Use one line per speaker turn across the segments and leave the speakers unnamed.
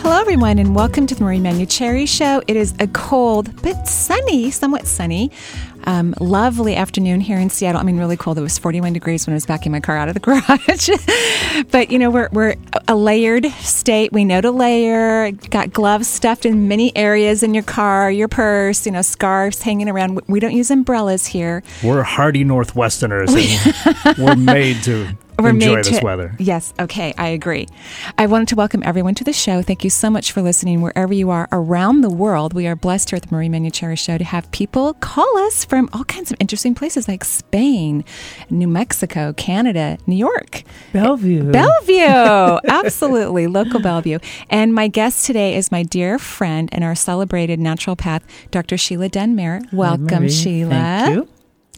Hello, everyone, and welcome to the Marie Manucherry Show. It is a cold but sunny, somewhat sunny, um, lovely afternoon here in Seattle. I mean, really cold. It was 41 degrees when I was backing my car out of the garage. but, you know, we're, we're a layered state. We know to layer. Got gloves stuffed in many areas in your car, your purse, you know, scarves hanging around. We don't use umbrellas here.
We're hardy Northwesterners. and we're made to
We're
enjoy
made
this
to-
weather.
Yes, okay, I agree. I wanted to welcome everyone to the show. Thank you so much for listening wherever you are around the world. We are blessed here at the Marie Manucherry Show to have people call us from all kinds of interesting places like Spain, New Mexico, Canada, New York.
Bellevue.
Bellevue. Absolutely. Local Bellevue. And my guest today is my dear friend and our celebrated naturopath, Dr. Sheila Denmere. Welcome,
Marie.
Sheila.
Thank you.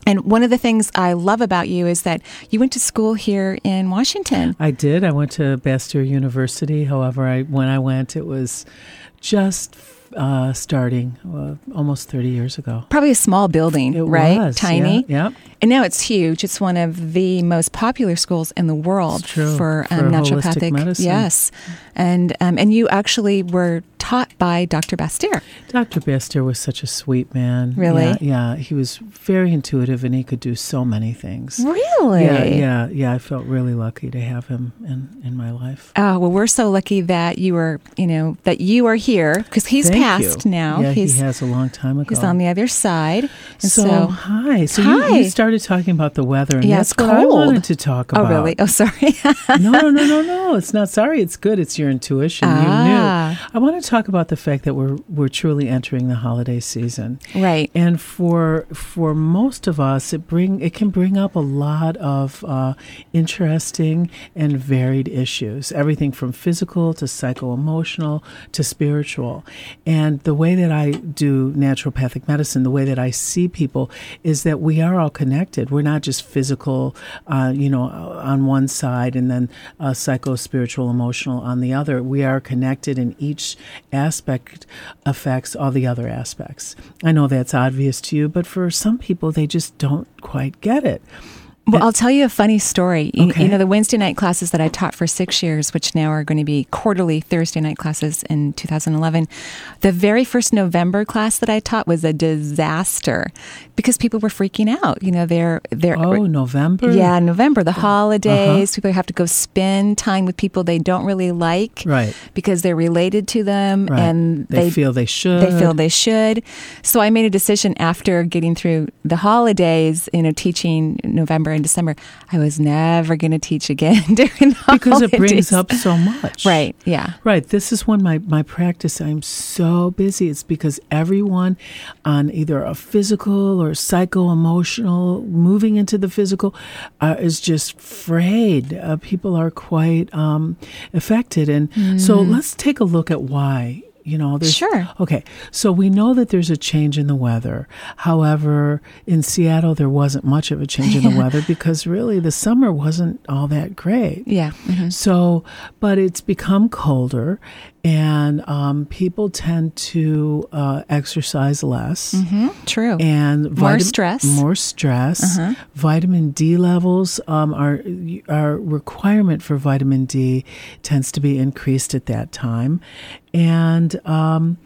And one of the things I love about you is that you went to school here in Washington.
I did. I went to Bastyr University. However, I when I went, it was just uh, starting uh, almost 30 years ago.
Probably a small building,
It
right?
was,
Tiny.
Yeah, yeah.
And now it's huge. It's one of the most popular schools in the world
It's true,
for, um,
for holistic
naturopathic.
medicine.
Yes. And um, and you actually were taught by Dr. Bastier.
Dr. Bastyr was such a sweet man.
Really?
Yeah, yeah. He was very intuitive and he could do so many things.
Really?
Yeah, yeah, yeah. I felt really lucky to have him in, in my life.
Oh well, we're so lucky that you were, you know, that you are here because he's
Thank you.
passed now.
Yeah,
he's
he has a long time ago.
he's on the other side, and
So,
so,
hi. So
Hi.
You, you started talking about the weather, and
Yeah,
that's
it's
what I
cold.
wanted to talk
oh
about.
really? Oh sorry.
no, no, no, no, no. It's not sorry. It's good. It's your intuition.
Ah.
You knew. I want to talk about the fact that we're we're truly entering the holiday season,
right.
and for for most of us, it bring it can bring up a lot of uh, interesting and varied issues. Everything from physical to psycho emotional to spiritual. And the way that I do naturopathic medicine, the way that I see people, is that we are all connected. We're not just physical, uh, you know, on one side and then uh, psycho, spiritual, emotional on the other. We are connected, and each aspect affects all the other aspects. I know that's obvious to you, but for some people, they just don't quite get it.
Well, I'll tell you a funny story. You,
Okay.
you know, the Wednesday night classes that I taught for six years, which now are going to be quarterly Thursday night classes in 2011, the very first November class that I taught was a disaster because people were freaking out. You know, they're they're
Oh, November. Uh-huh.
yeah November, the holidays. People have to go spend time with people they don't really like,
Right.
Because they're related to them
Right.
and
they, feel they should.
they feel they should. So I made a decision after getting through the holidays, you know, teaching November and December. I was never going to teach again during the
because it
holidays.
brings up so much.
right, yeah,
Right. This is when my, my practice, I'm so busy. It's because everyone on either a physical or psycho emotional, moving into the physical, uh, is just frayed. Uh, people are quite um, affected. And so let's take a look at why. You know, there's
Mm-hmm. Sure.
Okay, so we know that there's a change in the weather. However, in Seattle, there wasn't much of a change in the weather because really the summer wasn't all that great.
yeah. mhm.
So, but it's become colder, and um, people tend to uh, exercise less.
Mm-hmm. True.
And
More stress. Uh-huh.
more stress. Vitamin D levels, um, our our requirement for vitamin D tends to be increased at that time, and um,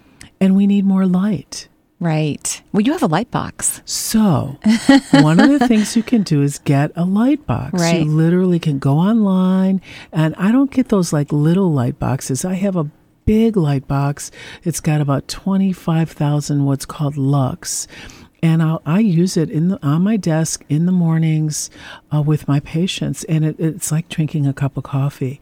and we need more light.
right. Well, you have a light box.
So, one of the things you can do is get a light box.
Right.
You literally can go online, and I don't get those like little light boxes. I have a big light box. It's got about 25,000 what's called lux. And I'll, I use it in the, on my desk in the mornings uh, with my patients, and it, it's like drinking a cup of coffee.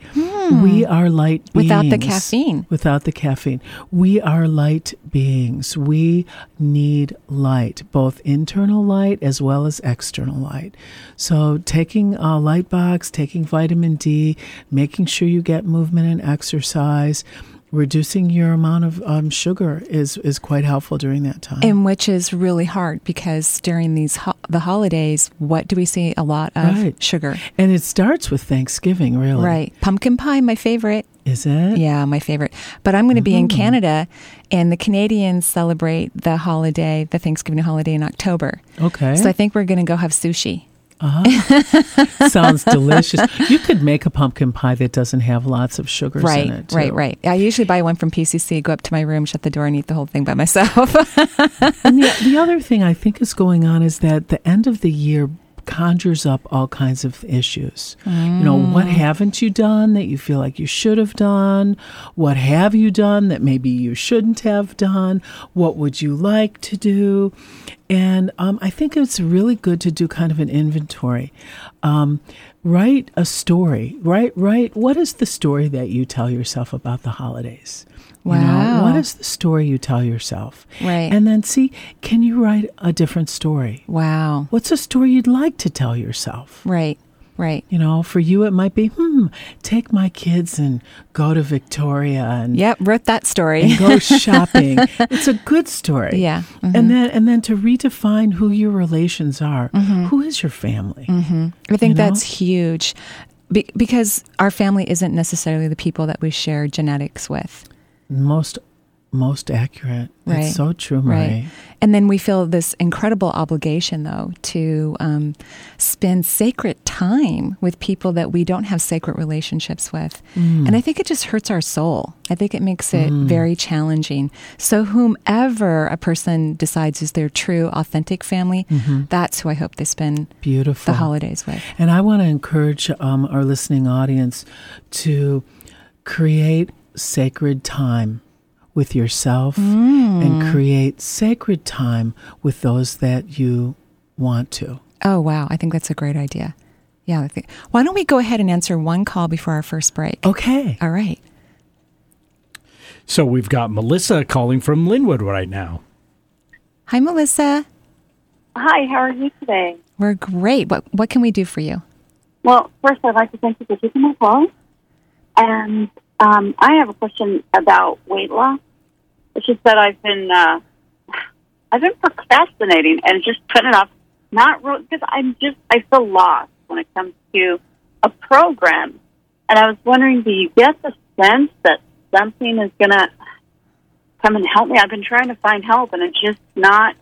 We are light beings.
Without the caffeine.
Without the caffeine. We are light beings. We need light, both internal light as well as external light. So, taking a light box, taking vitamin D, making sure you get movement and exercise, reducing your amount of um, sugar is, is quite helpful during that time.
And which is really hard because during these ho- the holidays, what do we see a lot of
Right.
sugar?
and it starts with Thanksgiving, really.
Right. Pumpkin pie, my favorite.
Is it?
Yeah, my favorite. But I'm going to be
Oh.
in Canada, and the Canadians celebrate the holiday, the Thanksgiving holiday in October.
Okay.
So I think we're going to go have sushi.
Uh-huh. Sounds delicious. You could make a pumpkin pie that doesn't have lots of sugars
Right,
in it. too.
right, right. I usually buy one from PCC, go up to my room, shut the door, and eat the whole thing by myself.
And the, the other thing I think is going on is that the end of the year conjures up all kinds of issues. You know, what haven't you done that you feel like you should have done? What have you done that maybe you shouldn't have done? What would you like to do? And um, I think it's really good to do kind of an inventory. Um, write a story. Write, write. What is the story that you tell yourself about the holidays? You know,
Wow.
what is the story you tell yourself?
Right.
And then see, can you write a different story?
wow.
What's a story you'd like to tell yourself?
Right, right.
You know, for you, it might be, hmm, take my kids and go to Victoria and,
Yep, wrote that story.
and go shopping. it's a good story.
Yeah, mm-hmm.
And then, and then to redefine who your relations are. Who is your family?
Mm-hmm. I think
You know?
that's huge be- because our family isn't necessarily the people that we share genetics with.
Most, most accurate.
Right.
That's so true, Marie.
Right. And then we feel this incredible obligation, though, to um, spend sacred time with people that we don't have sacred relationships with.
Mm.
And I think it just hurts our soul. I think it makes it very challenging. So, whomever a person decides is their true, authentic family, that's who I hope they spend
Mm-hmm. Beautiful.
the holidays with.
And I want to encourage um, our listening audience to create sacred time with yourself and create sacred time with those that you want to.
Oh, wow. I think that's a great idea. Yeah. I think- Why don't we go ahead and answer one call before our first break?
Okay.
All right.
So we've got Melissa calling from Linwood right now.
Hi, Melissa.
Hi, how are you today?
We're great. What, what can we do for you?
Well, first, I'd like to thank you for taking my call. And um, I have a question about weight loss. It's just that I've been uh, I've been procrastinating and just putting it off. Not really because I'm just I feel lost when it comes to a program. And I was wondering, do you get the sense that something is going to come and help me? I've been trying to find help, and it's just not.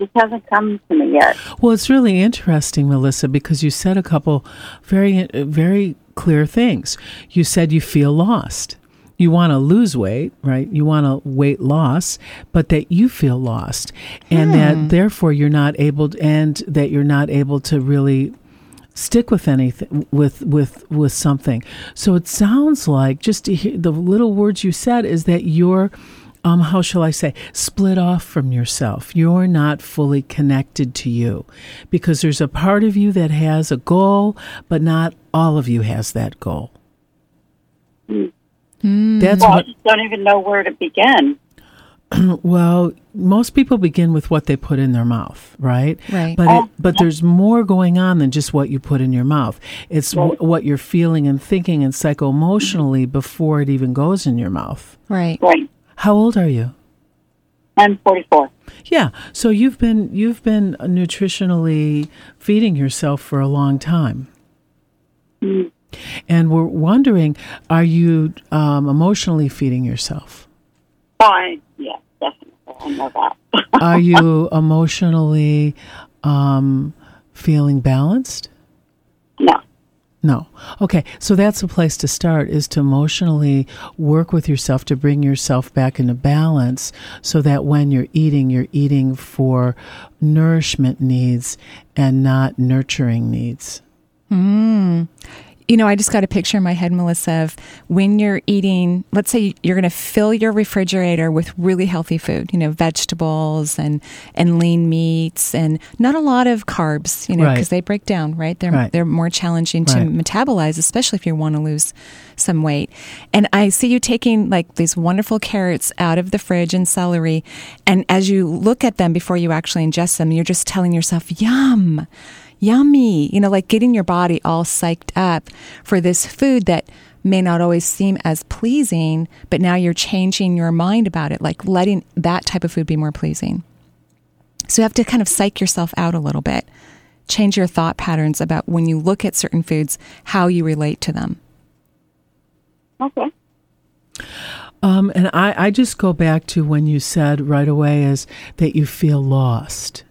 Just hasn't come to me yet.
Well, it's really interesting, Melissa, because you said a couple very, uh, very clear things. You said you feel lost. You want to lose weight, right? You want to weight loss, but that you feel lost, and that therefore you're not able, and that you're not able to really stick with anything with with with something so it sounds like just to hear the little words you said is that you're um how shall i say split off from yourself you're not fully connected to you because there's a part of you that has a goal but not all of you has that goal
Hmm.
that's
Well, I
what
just don't even know where to begin.
Well, most people begin with what they put in their mouth, right?
Right.
But it, but there's more going on than just what you put in your mouth. It's w- what you're feeling and thinking and psycho emotionally before it even goes in your mouth.
Right.
Right.
How old are you?
I'm 44.
Yeah. So you've been you've been nutritionally feeding yourself for a long time. And we're wondering, are you um, emotionally feeding yourself?
Fine. Yeah, definitely. I know that.
are you emotionally um, feeling balanced?
no.
No. Okay. So that's a place to start is to emotionally work with yourself to bring yourself back into balance so that when you're eating, you're eating for nourishment needs and not nurturing needs.
Mm. you know, I just got a picture in my head, Melissa, of when you're eating, let's say you're going to fill your refrigerator with really healthy food, you know, vegetables and, and lean meats and not a lot of carbs, you know,
Right.
because they break down, right? They're,
Right.
they're more challenging to
Right.
metabolize, especially if you want to lose some weight. And I see you taking like these wonderful carrots out of the fridge and celery. And as you look at them before you actually ingest them, you're just telling yourself, yum, yummy, you know, like getting your body all psyched up for this food that may not always seem as pleasing, but now you're changing your mind about it, like letting that type of food be more pleasing. So you have to kind of psych yourself out a little bit. Change your thought patterns about when you look at certain foods, how you relate to them.
Okay.
Um, and I, I just go back to when you said right away is that you feel lost.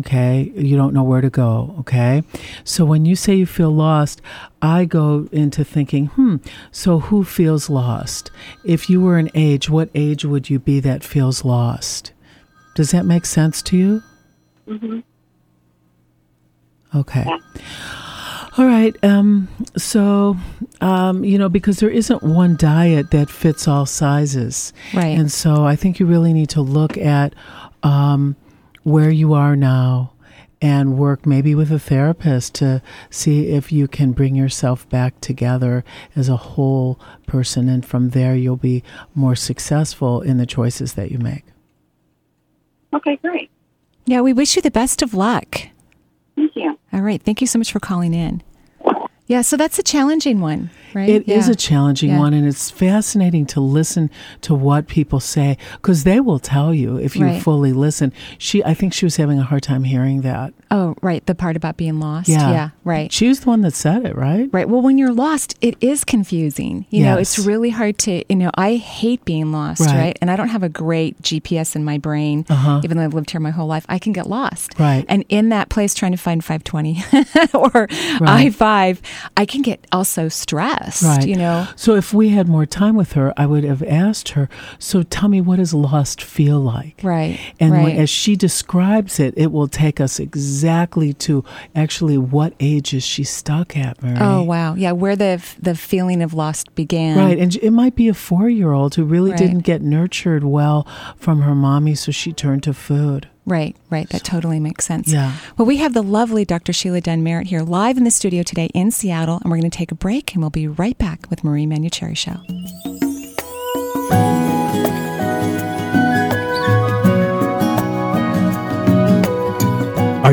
Okay. You don't know where to go. Okay. So when you say you feel lost, I go into thinking, hmm, so who feels lost? If you were an age, what age would you be that feels lost? Does that make sense to you?
Mm-hmm.
Mm-hmm. Okay. All right. Um, so, um, you know, because there isn't one diet that fits all sizes.
Right.
And so I think you really need to look at um, where you are now and work maybe with a therapist to see if you can bring yourself back together as a whole person. And from there, you'll be more successful in the choices that you make.
Okay, great.
Yeah, we wish you the best of luck.
Thank you.
All right. Thank you so much for calling in. Yeah, so that's a challenging one, right?
It is
yeah.
a challenging
Yeah.
one, and it's fascinating to listen to what people say because they will tell you if you
Right.
fully listen. She, I think, she was having a hard time hearing that.
Oh, right. The part about being lost.
Yeah,
right.
She was the one that said it, right?
Right. Well, when you're lost, it is confusing. You know, it's
Yes.
really hard to, you know, I hate being lost, right?
Right. Uh-huh.
And I don't have a great GPS in my brain, even though I've lived here my whole life. I can get lost.
Right.
And in that place, trying to find 520 or I 5, I can get also stressed,
Right.
you know?
So if we had more time with her, I would have asked her. So tell me, what does lost feel like?
Right,
And when-
right.
as she describes it, it will take us exactly to actually what age is she stuck at, Mary?
Oh, wow. Yeah, where the, f- the feeling of lost began.
Right. And it might be a four year old who really
Right.
didn't get nurtured well from her mommy, so she turned to food.
Right, right. That totally makes sense.
Yeah.
Well, we have the lovely Dr. Sheila Dunn Merritt here live in the studio today in Seattle, and we're going to take a break, and we'll be right back with Marie Manucherry Show.
Are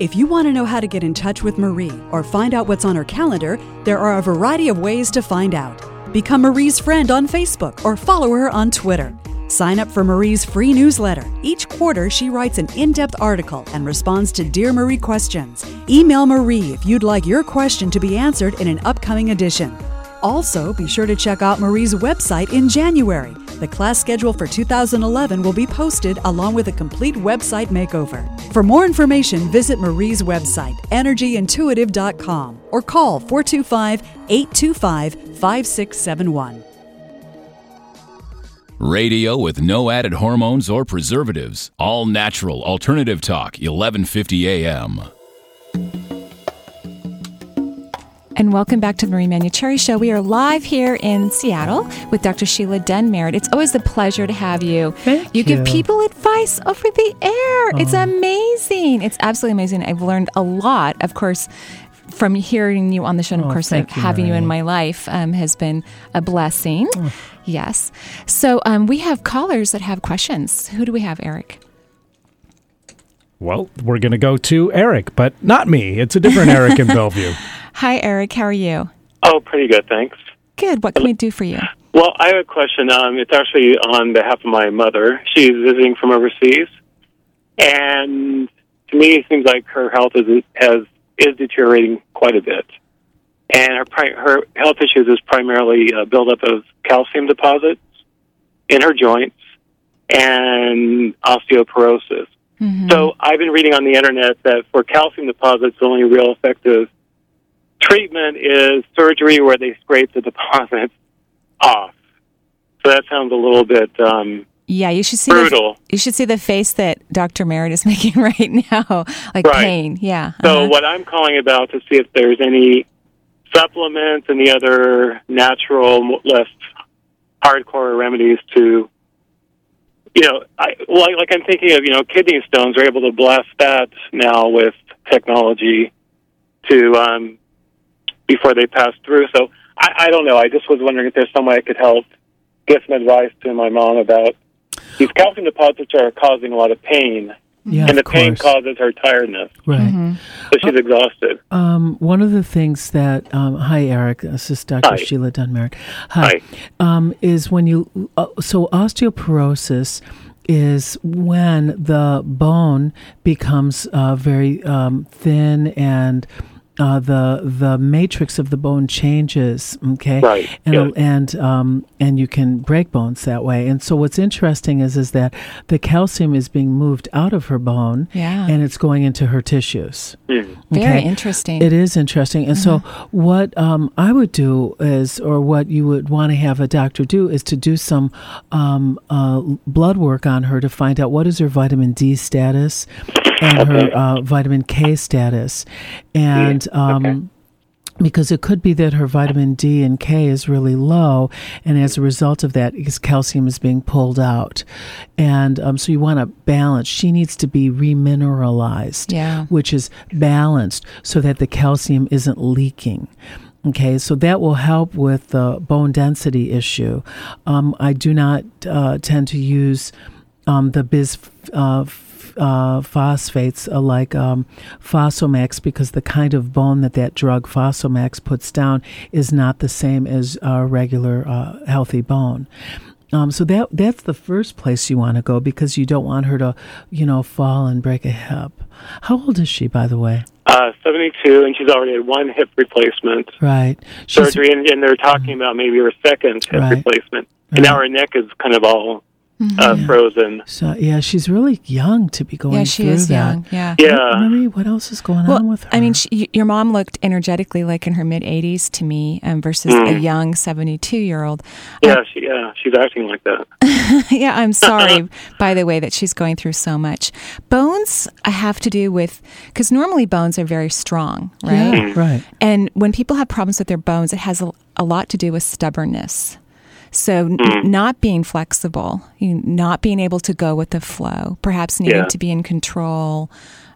If you want to know how to get in touch with Marie or find out what's on her calendar, there are a variety of ways to find out. Become Marie's friend on Facebook or follow her on Twitter. Sign up for Marie's free newsletter. Each quarter, she writes an in depth article and responds to Dear Marie questions. Email Marie if you'd like your question to be answered in an upcoming edition. Also, be sure to check out Marie's website in January. The class schedule for 2011 will be posted along with a complete website makeover. For more information, visit Marie's website, energyintuitive.com, or call 425 825 5671.
Radio with no added hormones or preservatives. All natural alternative talk, 1150 a.m.
And welcome back to the Marie Manucherry Show. We are live here in Seattle with Dr. Sheila Dunn Merritt. It's always a pleasure to have you.
Thank
give
you.
people advice over the air. It's amazing. It's absolutely amazing. I've learned a lot, of course. From hearing you on the show, and of
Oh,
course,
thank
like,
you,
having you in my
Marie.
life um, has been a blessing. Yes. So um, we have callers that have questions. Who do we have, Eric?
Well, we're going to go to Eric, but not me. It's a different Eric in Bellevue.
Hi, Eric. How are you?
Oh, pretty good, thanks.
Good. What can we do for you?
Well, I have a question. Um, it's actually on behalf of my mother. She's visiting from overseas, and to me, it seems like her health is has is deteriorating quite a bit. and her pri- her health issues is primarily a buildup of calcium deposits in her joints and osteoporosis. So I've been reading on the internet that for calcium deposits, the only real effective treatment is surgery where they scrape the deposits off. So that sounds a little bit um,
Yeah, you should see
brutal.
The, you should see the face that Dr. Merritt is making right now, like
Right.
pain. Yeah.
So
uh-huh.
what I'm calling about to see if there's any supplements and the other natural, less hardcore remedies to, you know, I, well, like, like I'm thinking of, you know, kidney stones are able to blast that now with technology to um, before they pass through. So I, I don't know. I just was wondering if there's some way I could help give some advice to my mom about these calcium deposits are causing a lot of pain.
Yeah,
and the
of
pain
course.
causes her tiredness.
Right.
So she's exhausted.
Um, one of the things that, um, hi, Eric, this is Dr.
Hi.
Sheila Dunmerritt. Hi. Um, is when you, uh, so osteoporosis is when the bone becomes uh, very um, thin and uh, the the matrix of the bone changes, okay,
Right,
and
yeah.
and um, and you can break bones that way. And so, what's interesting is is that the calcium is being moved out of her bone,
Yeah.
and it's going into her tissues.
Hmm.
Very
okay.
interesting.
It is interesting. And so, what um, I would do is, or what you would want to have a doctor do, is to do some um, uh, blood work on her to find out what is her vitamin D status and her uh, vitamin K status. And. Um, Because it could be that her vitamin D and K is really low, and as a result of that, because calcium is being pulled out, and um, so you want to balance. She needs to be remineralized,
Yeah.
which is balanced so that the calcium isn't leaking. Okay, so that will help with the bone density issue. Um, I do not uh, tend to use um, the bis uh, f- uh, phosphates uh, like um, Fosomax because the kind of bone that that drug Fosomax puts down is not the same as uh, regular uh, healthy bone. Um, so that that's the first place you want to go because you don't want her to, you know, fall and break a hip. How old is she, by the way?
Uh, 72, and she's already had one hip replacement
Right. She's-
surgery, and, and they're talking about maybe her second hip
Right. Mm-hmm.
replacement. And now her neck is kind of all uh, frozen.
So yeah, she's really young to be going
yeah, she
through
is
that.
young. Yeah.
Yeah.
Marie, what else is going on
Well,
with her?
I mean, she, y- your mom looked energetically like in her mid 80s to me um, versus
Mm.
a young 72 year old.
Yeah, she, yeah, she's acting like that.
yeah, I'm sorry, by the way, that she's going through so much. Bones I have to do with, because normally bones are very strong, right?
Yeah, right.
And when people have problems with their bones, it has a, a lot to do with stubbornness. So, n-
Mm.
not being flexible, you not being able to go with the flow, perhaps needing
Yeah.
to be in control,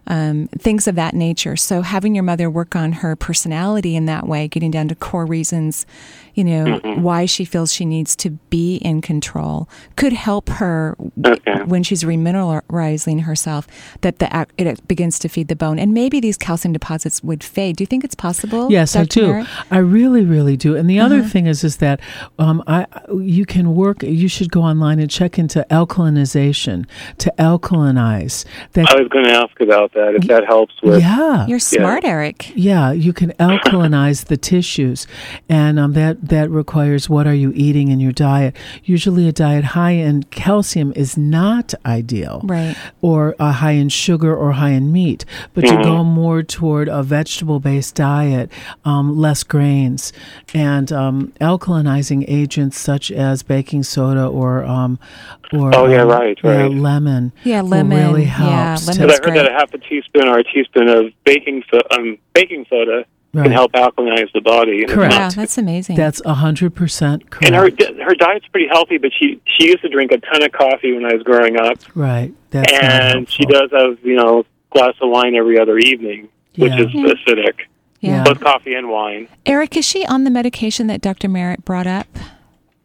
um, things of that nature. So, having your mother work on her personality in that way, getting down to core reasons, you know,
Mm-hmm.
why she feels she needs to be in control, could help her w-
Okay.
when she's remineralizing herself. That the ac- it begins to feed the bone, and maybe these calcium deposits would fade. Do you think it's possible?
Yes, I
Dr.
do.
Merritt?
I really, really do. And the
Uh-huh.
other thing is, is that um, I you can work. You should go online and check into alkalinization to alkalinize. That
I was going to ask about that, if that helps with.
yeah,
You're smart, Eric.
yeah, you can alkalinize the tissues, and um, that that requires what are you eating in your diet. Usually, a diet high in calcium is not ideal,
Right.
Or uh, high in sugar or high in meat, but
Mm-hmm.
to go more toward a vegetable-based diet, um, less grains, and um, alkalinizing agents such as baking soda or um, or
Oh, yeah,
um,
right,
yeah,
right.
lemon,
Yeah,
will
lemon,
really
yeah,
helps to-
lemon
Because
That's
I heard
great.
that a half a teaspoon or a teaspoon of baking, so, um, baking soda
Right.
can help alkalize the body. and it's
Correct.
not-
Wow, that's amazing.
That's hundred percent correct.
And her her diet's pretty healthy, but she she used to drink a ton of coffee when I was growing up,
Right. That's not
and she
helpful.
does have you know glass of wine every other evening, which
Yeah.
is acidic.
yeah.
Both coffee and wine.
Eric, is she on the medication that Dr. Merritt brought up?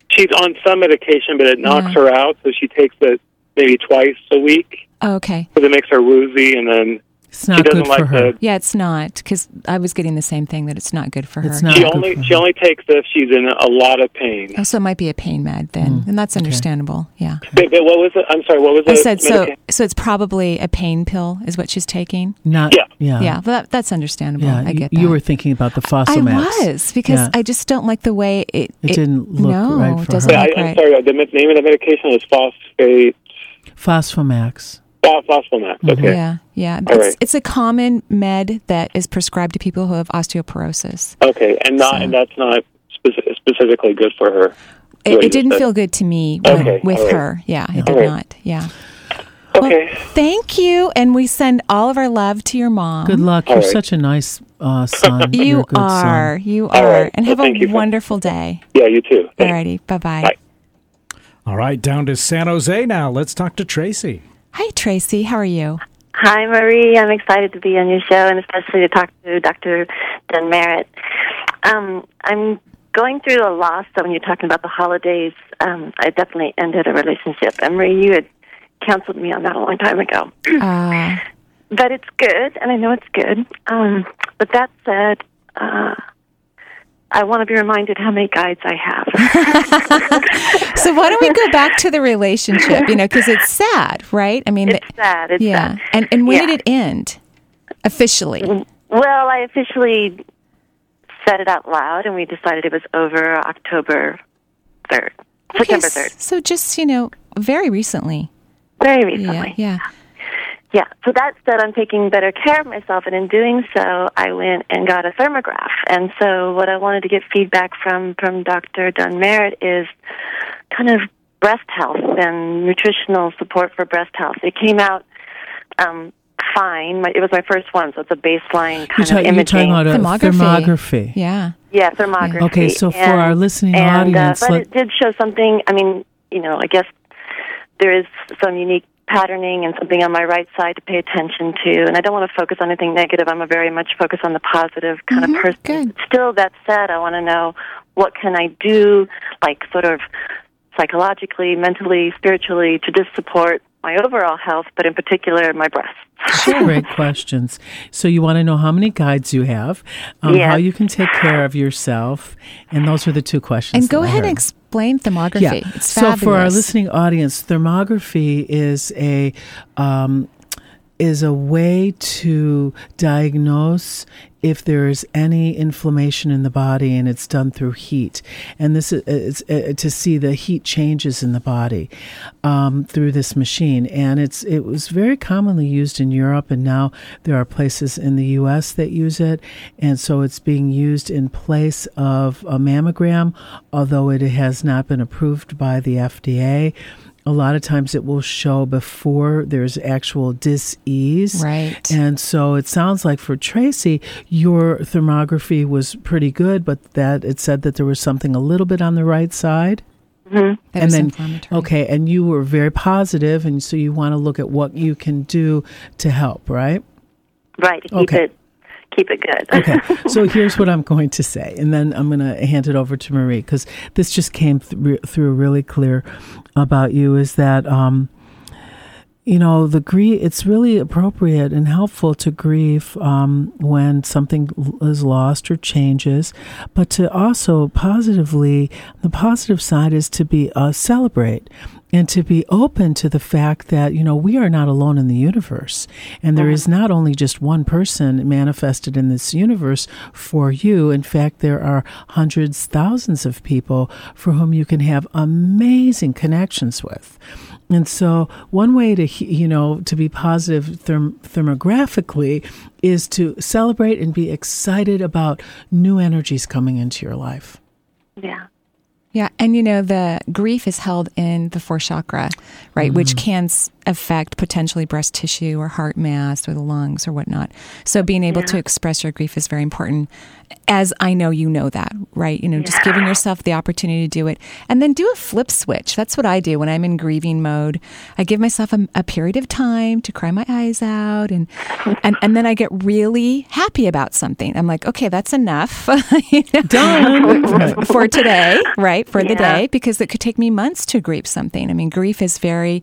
She's on some medication, but it knocks her out, so she takes it maybe twice a week
Oh, okay.
because it makes her woozy, and then
It's not
she doesn't
good
like
for her.
the.
Yeah, it's not because I was getting the same thing that it's not good for her.
It's not.
She
good
only
for
she
her.
only takes if she's in a lot of pain.
Also, it might be a pain med then,
Mm.
and that's understandable. Yeah,
But, but what was it? I'm sorry. What was
I
the
said so.
medica-
So it's probably a pain pill is what she's taking.
Not.
Yeah.
Yeah.
yeah, but that, that's understandable.
Yeah,
I
you-
get that.
you, were thinking about the fossil
I
maps.
was because
Yeah.
I just don't like the way it.
It didn't look
no,
right
it
for
doesn't
her.
Yeah, I,
look
I'm
right.
sorry. The mi- name of the medication is phosphate.
Phosphamax.
Oh, phosphonate. Okay.
Mm-hmm. Yeah, yeah.
All
it's,
right.
it's a common med that is prescribed to people who have osteoporosis.
Okay. And not and that's not speci specifically good for her.
It,
Really,
it didn't
that-
feel good to me
Okay,
with- with
all right.
her. Yeah, it did
All right.
not. Yeah.
Okay.
Well, thank you, and we send all of our love to your mom.
Good luck.
All
You're
right.
such a nice uh, son. You're a
You
good
are.
Son.
You
All
are.
right.
And
Well,
have
thank
a
you for-
wonderful day.
yeah. You too. Thanks.
Alrighty. Bye-bye.
Bye.
All right, down to San Jose now. Let's talk to Tracy.
Hi, Tracy. How are you?
Hi, Marie. I'm excited to be on your show and especially to talk to Dr. Dan Merritt. Um, I'm going through a loss, so when you're talking about the holidays, um, I definitely ended a relationship. And Marie, you had counseled me on that a long time ago.
Uh,
but it's good, and I know it's good. Um, but that said, uh, I want to be reminded how many guides I have.
so why don't we go back to the relationship? You know, because it's sad, right? I mean,
it's sad. It's
yeah.
sad. Mm,
And and when
Yeah.
did it end? Officially.
Well, I officially said it out loud, and we decided it was over October 3rd, September
Okay,
3rd,
So just you know, very recently.
very
Yeah.
recently.
Yeah.
Yeah. So that said, I'm taking better care of myself, and in doing so, I went and got a thermograph. And so, what I wanted to get feedback from from Dr. Dunn Merritt is kind of breast health and nutritional support for breast health. It came out um, fine. My, it was my first one, so it's a baseline kind
You're, ta-
of
you're
imaging.
talking about a
Thermography.
thermography.
Yeah.
Yeah, thermography.
Okay, so for our listening
and,
audience,
uh, but
let-
it did show something. I mean, you know, I guess there is some unique patterning and something on my right side to pay attention to. And I don't want to focus on anything negative. I'm a very much focused on the positive kind
Mm-hmm,
of person.
good.
But Still, that said, I want to know what can I do, like sort of psychologically, mentally, spiritually, to just support my overall health, but in particular my breasts.
Great questions. So you want to know how many guides you have, um,
Yes.
how you can take care of yourself, and those are the two questions.
And go
that I
ahead and
heard.
explain thermography. It's
so for our
fabulous.
listening audience, thermography is a um, is a way to diagnose if there is any inflammation in the body, and it's done through heat. And this is it's, uh, to see the heat changes in the body um, through this machine. And it's it was very commonly used in Europe, and now there are places in the U.S. that use it. And so it's being used in place of a mammogram, although it has not been approved by the FDA. A lot of times it will show before there's actual dis-ease.
Right.
And so it sounds like for Tracy, your thermography was pretty good, but that it said that there was something a little bit on the right side.
That
and
was
then,
inflammatory.
okay, and you were very positive, and so you want to look at what you can do to help, right?
Right, to keep
Okay.
it keep it good.
Okay, so here's what I'm going to say, and then I'm going to hand it over to Marie because this just came thr through really clear about you is that, um, you know, the grief, it's really appropriate and helpful to grieve um, when something l- is lost or changes, but to also positively, the positive side is to be uh, celebrate and to be open to the fact that you know we are not alone in the universe and there is not only just one person manifested in this universe for you in fact there are hundreds thousands of people for whom you can have amazing connections with and so one way to he- you know to be positive therm- thermographically is to celebrate and be excited about new energies coming into your life
Yeah.
Yeah, and you know the grief is held in the fourth chakra, right, which
Mm-hmm.
can s- affect potentially breast tissue or heart mass or the lungs or whatnot. So being able to express your grief is very important. As I know you know that, right? You know, just giving yourself the opportunity to do it, and then do a flip switch. That's what I do when I'm in grieving mode. I give myself a, a period of time to cry my eyes out, and and and then I get really happy about something. I'm like, okay, that's enough. you know?
Done.
for today, right? For the
Yeah.
day, because it could take me months to grieve something. I mean, grief is very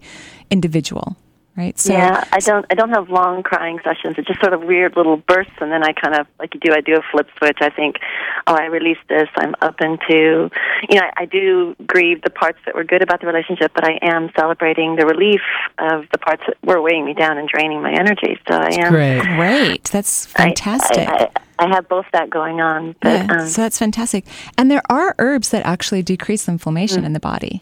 individual. right? So
yeah, I don't I don't have long crying sessions. It's just sort of weird little bursts, and then I kind of like you do. I do a flip switch. I think, oh, I release this. I'm open to, you know, I, I do grieve the parts that were good about the relationship, but I am celebrating the relief of the parts that were weighing me down and draining my energy. So I am
Great.
great. That's
I-
fantastic.
I, I, I have both that going on, but
yeah,
um,
so that's fantastic. And there are herbs that actually decrease inflammation in the body.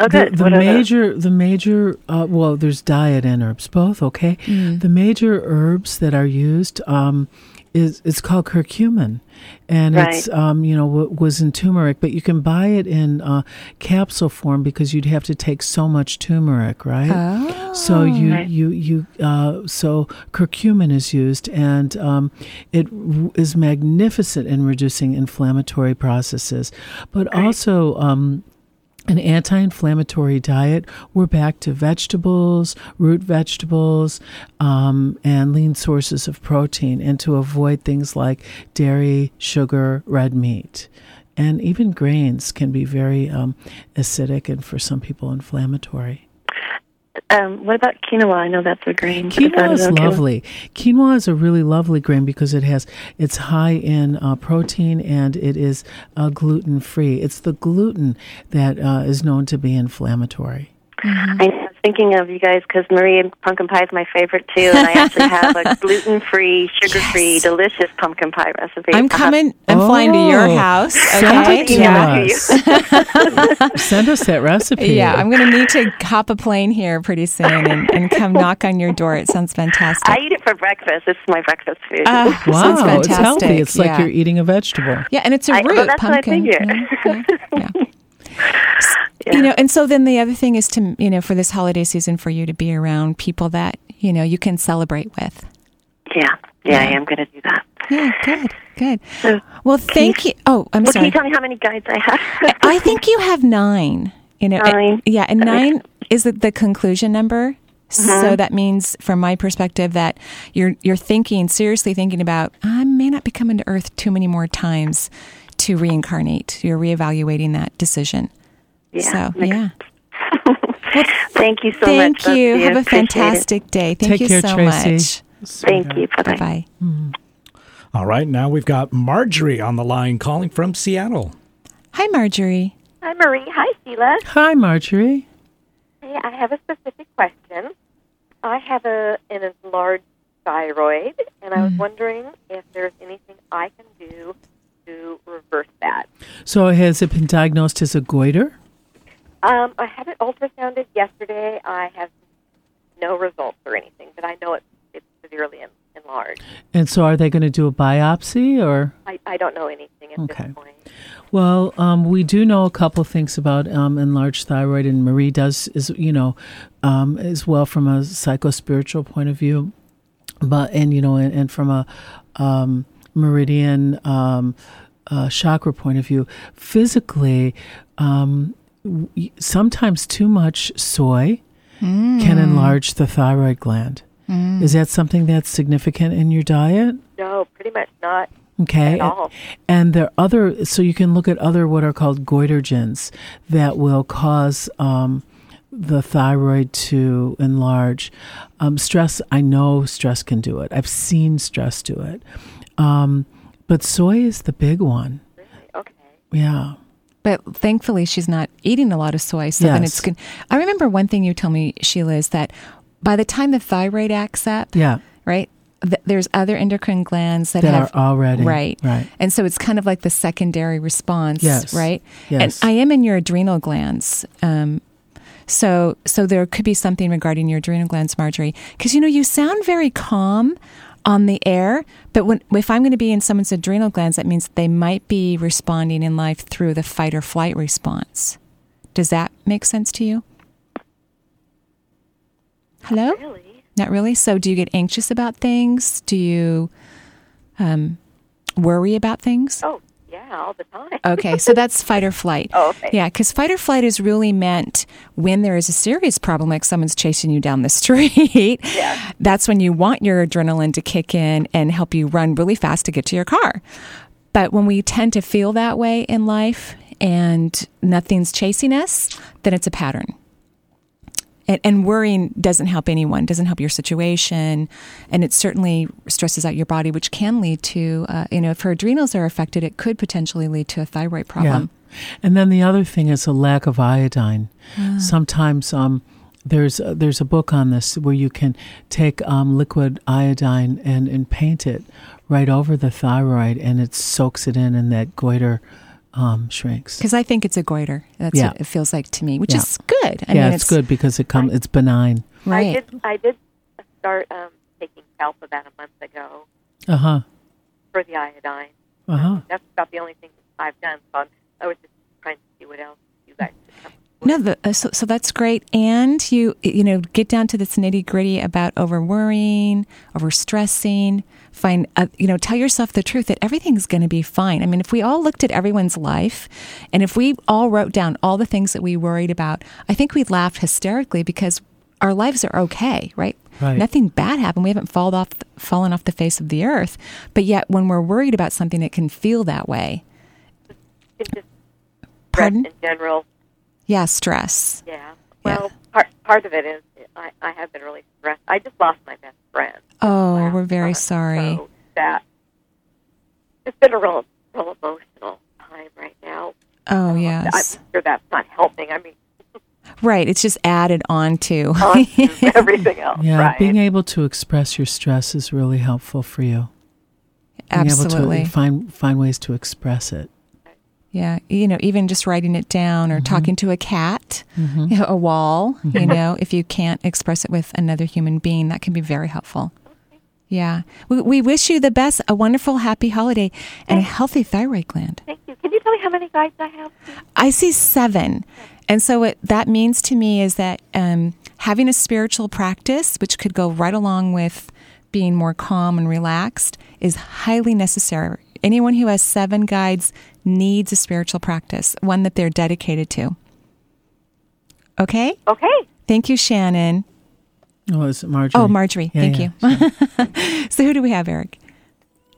oh,
the,
good.
the
Mm. What are those?
major the major uh, well there's diet and herbs both okay
Mm.
the major herbs that are used um, is it's called curcumin and it's
Right.
um, you know w- was in turmeric but you can buy it in uh, capsule form because you'd have to take so much turmeric right
Oh.
so you you you uh, so curcumin is used and um, it w- is magnificent in reducing inflammatory processes but also um, an anti inflammatory diet, we're back to vegetables, root vegetables, um, and lean sources of protein, and to avoid things like dairy, sugar, red meat. And even grains can be very um, acidic and for some people inflammatory.
Um, what about quinoa? I know that's a grain. but that
Quinoa is
okay?
lovely. Quinoa is a really lovely grain because it has it's high in uh, protein and it is uh, gluten free. It's the gluten that uh, is known to be inflammatory.
Mm-hmm.
I was thinking of you guys because Marie and pumpkin pie is my favorite too, and I actually have a gluten-free, sugar-free, delicious pumpkin pie recipe. Uh-huh.
I'm
I'll have-
coming. I'm flying to your
Oh,
house.
send
Okay.
it to
Yeah.
us. send us that recipe.
Yeah, I'm going to need to hop a plane here pretty soon and, and come knock on your door. It sounds fantastic.
I eat it for breakfast. It's my breakfast food.
Ah, sounds
wow, it's
fantastic.
healthy. It's like
yeah.
you're eating a vegetable.
Yeah, and it's a
I-
root
well, that's what I
pumpkin.
figured.
Yeah, yeah, yeah. S- You know, and so then the other thing is to you know for this holiday season for you to be around people that you know you can celebrate with.
yeah, yeah, I am going to do that.
Yeah, good, good.
So,
Well, thank you. Oh, I'm
Well, can
sorry.
you tell me how many guides I have?
I think you have nine. You know,
Nine.
yeah, and
That makes Mm-hmm.
nine is the, the conclusion number. So that means, from my perspective, that you're you're thinking seriously thinking about I may not be coming to Earth too many more times to reincarnate. You're reevaluating that decision.
Yeah,
so
makes-
yeah,
Thank you so
thank
much. both of
you. Have a
Appreciate it.
fantastic day. Thank
Take
you
care,
so
Tracy.
Thank you. Bye
much. Bye
bye.
bye.
All right, now we've got Marjorie on the line calling from Seattle.
Hi, Marjorie.
Hi, Marie. Hi, Sheila.
Hi, Marjorie.
Hey, I have a specific question. I have a an enlarged thyroid, and I was
Mm-hmm.
wondering if there's anything I can do to reverse that.
So has it been diagnosed as a goiter?
Um, I had it ultrasounded yesterday. I have no results or anything, but I know it's it's severely en- enlarged.
And so are they going to do a biopsy or?
I, I don't know anything at
Okay.
this point.
Well, um, we do know a couple things about um, enlarged thyroid, and Marie does is you know um, as well from a psychospiritual point of view, but and you know and, and from a um, meridian um, uh, chakra point of view, physically, um, w- sometimes too much soy can enlarge the thyroid gland. Is that something that's significant in your diet?
No, pretty much not.
Okay.
At all.
And there are other, so you can look at other what are called goitrogens that will cause um, the thyroid to enlarge. Um, stress, I know stress can do it. I've seen stress do it. Um, but soy is the big one.
Okay.
Yeah.
But thankfully, she's not eating a lot of soy. So then
Yes.
it's good. I remember one thing you told me, Sheila, is that by the time the thyroid acts up,
Yeah.
right, th- there's other endocrine glands that,
That
have
are already-
right,
right.
and so it's kind of like the secondary response,
Yes.
right?
Yes.
And I am in your adrenal glands. Um, so, so there could be something regarding your adrenal glands, Marjorie, because you know you sound very calm on the air, but when if I'm going to be in someone's adrenal glands, that means they might be responding in life through the fight or flight response. Does that make sense to you? Hello.
Really?
Not really. So, do you get anxious about things? Do you um, worry about things?
Oh, yeah, all the time.
Okay, so that's fight or flight.
Oh, okay.
Yeah, because fight or flight is really meant when there is a serious problem, like someone's chasing you down the street. Yeah. That's when you want your adrenaline to kick in and help you run really fast to get to your car. But when we tend to feel that way in life and nothing's chasing us, then it's a pattern. And, and worrying doesn't help anyone, doesn't help your situation, and it certainly stresses out your body, which can lead to, uh, you know, if her adrenals are affected, it could potentially lead to a thyroid problem.
And then the other thing is a lack of iodine.
Ah.
Sometimes um, there's a, there's a book on this where you can take um, liquid iodine and, and paint it right over the thyroid, and it soaks it in, and that goiter um, shrinks.
Because I think it's a goiter. That's
Yeah.
what it feels like to me, which
Yeah.
is good. I
yeah,
mean,
it's, good because it come, it's benign.
Right.
I did. I did start um, taking kelp about a month ago
Uh huh.
for the iodine. Um,
Uh huh.
That's about the only thing I've done. So I'm, I was just trying to see what else you guys could come.
No, the, uh, so, so that's great. And you, you know, get down to this nitty gritty about over worrying, over stressing. Find, uh, you know, tell yourself the truth that everything's going to be fine. I mean, if we all looked at everyone's life and if we all wrote down all the things that we worried about, I think we laughed hysterically because our lives are okay, right?
Right.
Nothing bad happened. We haven't fallen off, fallen off the face of the earth. But yet, when we're worried about something, it can feel that way.
It's just
Pardon?
stress in general.
Yeah, stress.
Yeah. Well, part part of it is I, I have been really stressed. I just lost my best friend.
Oh,
last
we're very
month,
sorry.
So that it's been a real, real emotional time right now.
Oh,
Um,
yes.
I'm sure that's not helping. I mean,
Right. It's just added on to.
on to everything else.
Yeah,
right.
being able to express your stress is really helpful for you. Being
Absolutely.
able to find find ways to express it.
yeah. You know, even just writing it down or talking to a cat, you know, a wall, you know, if you can't express it with another human being, that can be very helpful. Yeah. We, we wish you the best, a wonderful, happy holiday, and a healthy thyroid gland.
Thank you. Can you tell me how many guides I have?
I see seven. And so, what that means to me is that um, having a spiritual practice, which could go right along with being more calm and relaxed, is highly necessary. Anyone who has seven guides needs a spiritual practice, one that they're dedicated to. Okay?
Okay.
Thank you, Shannon.
Oh, is it Marjorie?
Oh, Marjorie.
Yeah,
Thank
yeah.
you. so, who do we have, Eric?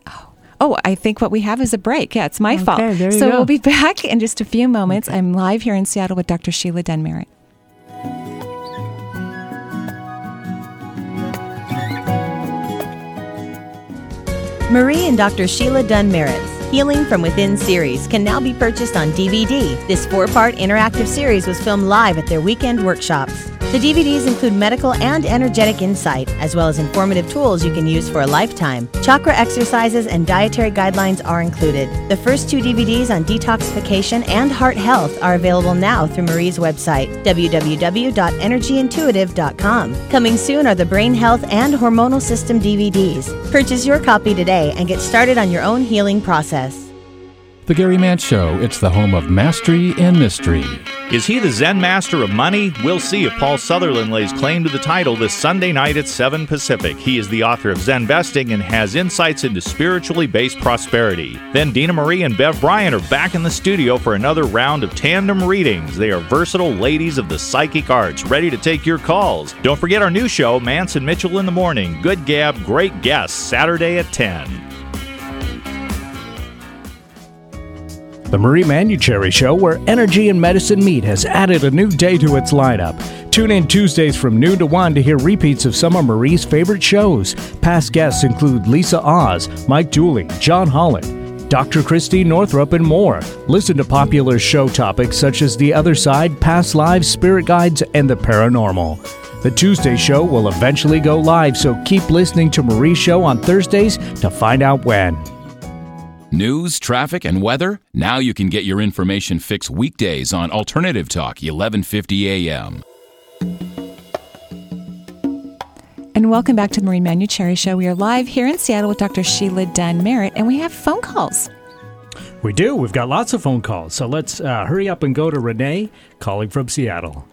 Oh, oh, I think what we have is a break. Yeah, it's my
Okay,
fault.
there you
so,
go.
we'll be back in just a few moments. I'm live here in Seattle with Dr. Sheila Denmerritt.
Marie and Dr. Sheila Dunn Merritt's Healing from Within series can now be purchased on DVD. This four part interactive series was filmed live at their weekend workshops. The DVDs include medical and energetic insight, as well as informative tools you can use for a lifetime. Chakra exercises and dietary guidelines are included. The first two DVDs on detoxification and heart health are available now through Marie's website, www.energyintuitive.com. Coming soon are the Brain Health and Hormonal System DVDs. Purchase your copy today and get started on your own healing process.
The Gary Mance Show, it's the home of mastery and mystery.
Is he the Zen master of money? We'll see if Paul Sutherland lays claim to the title this Sunday night at 7 Pacific. He is the author of Zen Vesting and has insights into spiritually based prosperity. Then Dina Marie and Bev Bryant are back in the studio for another round of tandem readings. They are versatile ladies of the psychic arts, ready to take your calls. Don't forget our new show, Mance and Mitchell in the Morning. Good gab, great guests, Saturday at 10.
The Marie Manucherry Show, where energy and medicine meet, has added a new day to its lineup. Tune in Tuesdays from noon to 1 to hear repeats of some of Marie's favorite shows. Past guests include Lisa Oz, Mike Dooley, John Holland, Dr. Christine Northrup, and more. Listen to popular show topics such as The Other Side, Past Lives, Spirit Guides, and the Paranormal. The Tuesday show will eventually go live, so keep listening to Marie's show on Thursdays to find out when.
News, traffic, and weather? Now you can get your information fixed weekdays on Alternative Talk, 1150 a.m.
And welcome back to the Marie Manucherry Show. We are live here in Seattle with Dr. Sheila Dunn Merritt, and we have phone calls.
We do. We've got lots of phone calls. So let's uh, hurry up and go to Renee calling from Seattle.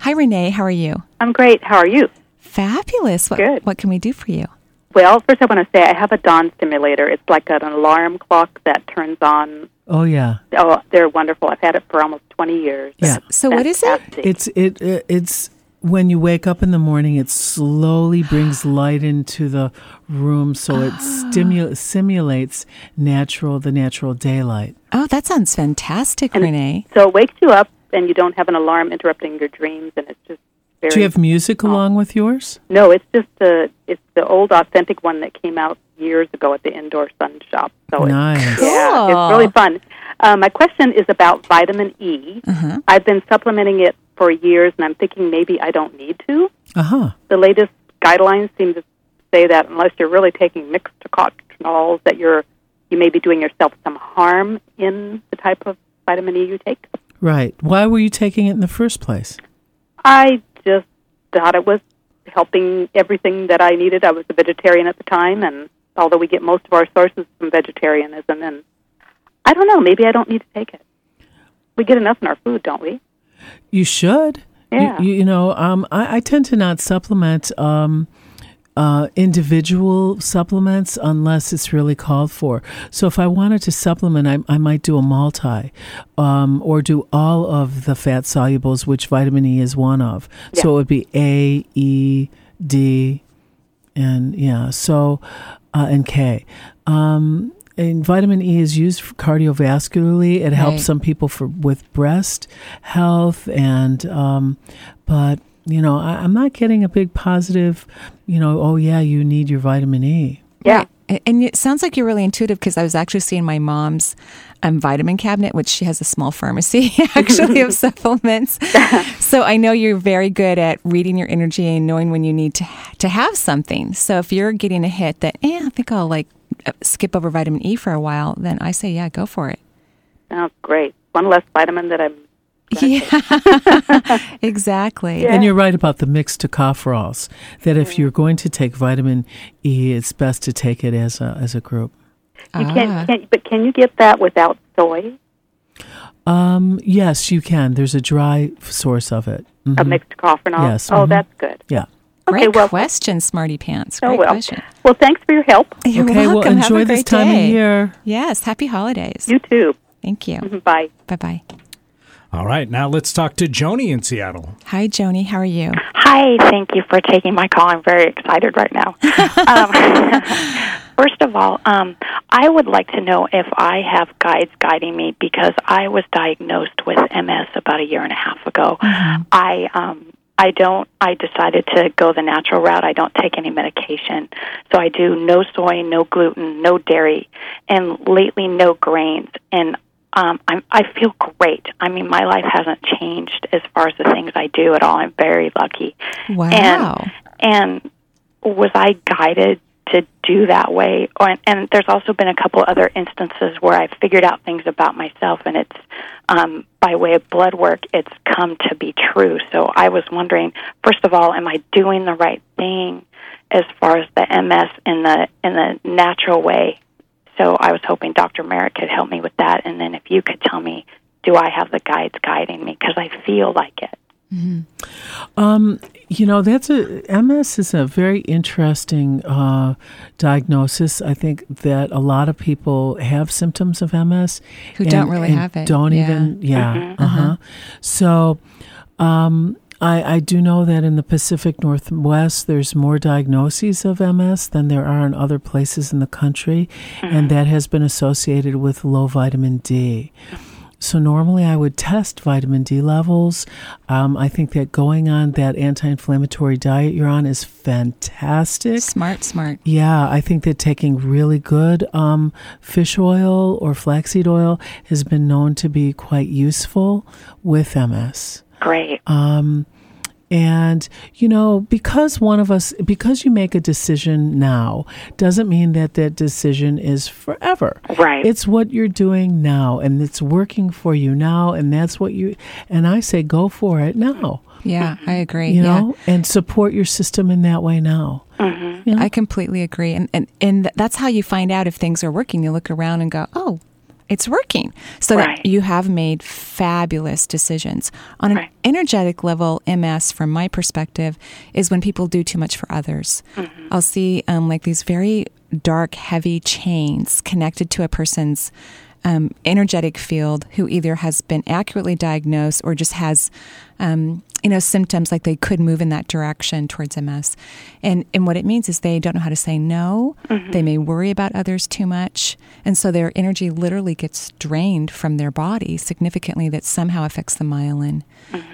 Hi, Renee. How are you?
I'm great. How are you?
Fabulous. What,
Good.
What can we do for you?
Well, first I want to say I have a dawn stimulator. It's like an alarm clock that turns on.
Oh, yeah.
Oh, they're wonderful. I've had it for almost 20 years.
Yeah.
So, what is it?
Fantastic.
It's it, it it's when you wake up in the morning, it slowly brings light into the room, so it stimu- simulates natural the natural daylight.
Oh, that sounds fantastic, Renee.
So it wakes you up and you don't have an alarm interrupting your dreams and it's just very.
Do you have music along with yours?
No, it's just the it's the old authentic one that came out years ago at the indoor sun shop. So
Nice.
it's, yeah,
Cool.
it's really fun. Uh, my question is about vitamin E.
Mm-hmm.
Uh-huh.
I've been supplementing it for years, and I'm thinking maybe I don't need to.
Uh huh.
The latest guidelines seem to say that unless you're really taking mixed cocktails, that you're you may be doing yourself some harm in the type of vitamin E you take.
Right. Why were you taking it in the first place?
I just thought it was helping everything that I needed. I was a vegetarian at the time, and although we get most of our sources from vegetarianism, and I don't know, maybe I don't need to take it. We get enough in our food, don't we?
You should. You-
Yeah.
You, you know, um, I, I tend to not supplement um, uh, individual supplements unless it's really called for. So if I wanted to supplement, I, I might do a multi um, or do all of the fat solubles, which vitamin E is one of. So it would be A, E, D, and yeah, so uh, and K. Um, and vitamin E is used for cardiovascularly. It
Right.
helps some people for with breast health, and um, but you know I, I'm not getting a big positive. You know, oh yeah, you need your vitamin E.
Yeah. And it sounds like you're really intuitive because I was actually seeing my mom's um, vitamin cabinet, which she has a small pharmacy actually of supplements. so I know you're very good at reading your energy and knowing when you need to to have something. So if you're getting a hit that, eh, I think I'll like uh, skip over vitamin E for a while, then I say, yeah, go for it.
Oh, great. One less vitamin that I'm.
Exactly.
And you're right about the mixed tocopherols. That if you're going to take vitamin E, it's best to take it as a as a group.
You
Ah.
can't, can't, but can you get that without soy?
Um, yes, you can. There's a dry f- source of it.
A mixed cofranol?
Yes.
Oh,
mhm.
that's good.
Yeah.
Great question, Smarty Pants.
Oh,
Great
well.
question.
Well, thanks for your help.
You're
Okay, well,
welcome. Have
enjoy
a
this
great
time of
day.
year.
Yes. Happy holidays.
You too. Mm-hmm,
Thank you.
Bye.
Bye bye.
All right, now let's talk to Joni in Seattle.
Hi, Joni. How are you?
Hi, thank you for taking my call. I'm very excited right now. um, first of all, um, I would like to know if I have guides guiding me because I was diagnosed with MS about a year and a half
Mm-hmm.
ago. I um, I don't. I decided to go the natural route. I don't take any medication, so I do no soy, no gluten, no dairy, and lately no grains. And um, I'm, I feel great. I mean, my life hasn't changed as far as the things I do at all. I'm very lucky.
Wow.
And, and was I guided to do that way? Or- And, and there's also been a couple other instances where I figured out things about myself, and it's um, by way of blood work, it's come to be true. So I was wondering, first of all, am I doing the right thing as far as the MS in the in the natural way? So I was hoping Dr. Merritt could help me with that, and then if you could tell me, do I have the guides guiding me? Because I feel like it.
Um, you know, that's a MS is a very interesting uh, diagnosis. I think that a lot of people have symptoms of MS
Who don't really have it.
Don't
Yeah.
even, yeah.
Mhm.
Uh huh. So, um, I, I do know that in the Pacific Northwest, there's more diagnoses of MS than there are in other places in the country, and that has been associated with low vitamin D. So normally I would test vitamin D levels. Um, I think that going on that anti-inflammatory diet you're on is fantastic.
Smart, smart.
Yeah, I think that taking really good um, fish oil or flaxseed oil has been known to be quite useful with MS.
Great.
Um, and, you know, because one of us, because you make a decision now, doesn't mean that that decision is forever.
Right.
It's what you're doing now and it's working for you now. And that's what you, and I say go for it now.
Yeah, I agree.
You
yeah.
know, and support your system in that way now.
I completely agree, and and and that's how you find out if things are working. You look around and go, oh. It's working. So
Right.
that you have made fabulous decisions. On an energetic level, MS, from my perspective, is when people do too much for others. I'll see um, like these very dark, heavy chains connected to a person's um, energetic field who either has been accurately diagnosed or just has, um, you know, symptoms like they could move in that direction towards MS. And and what it means is they don't know how to say no. They may worry about others too much, and so their energy literally gets drained from their body significantly. That somehow affects the myelin.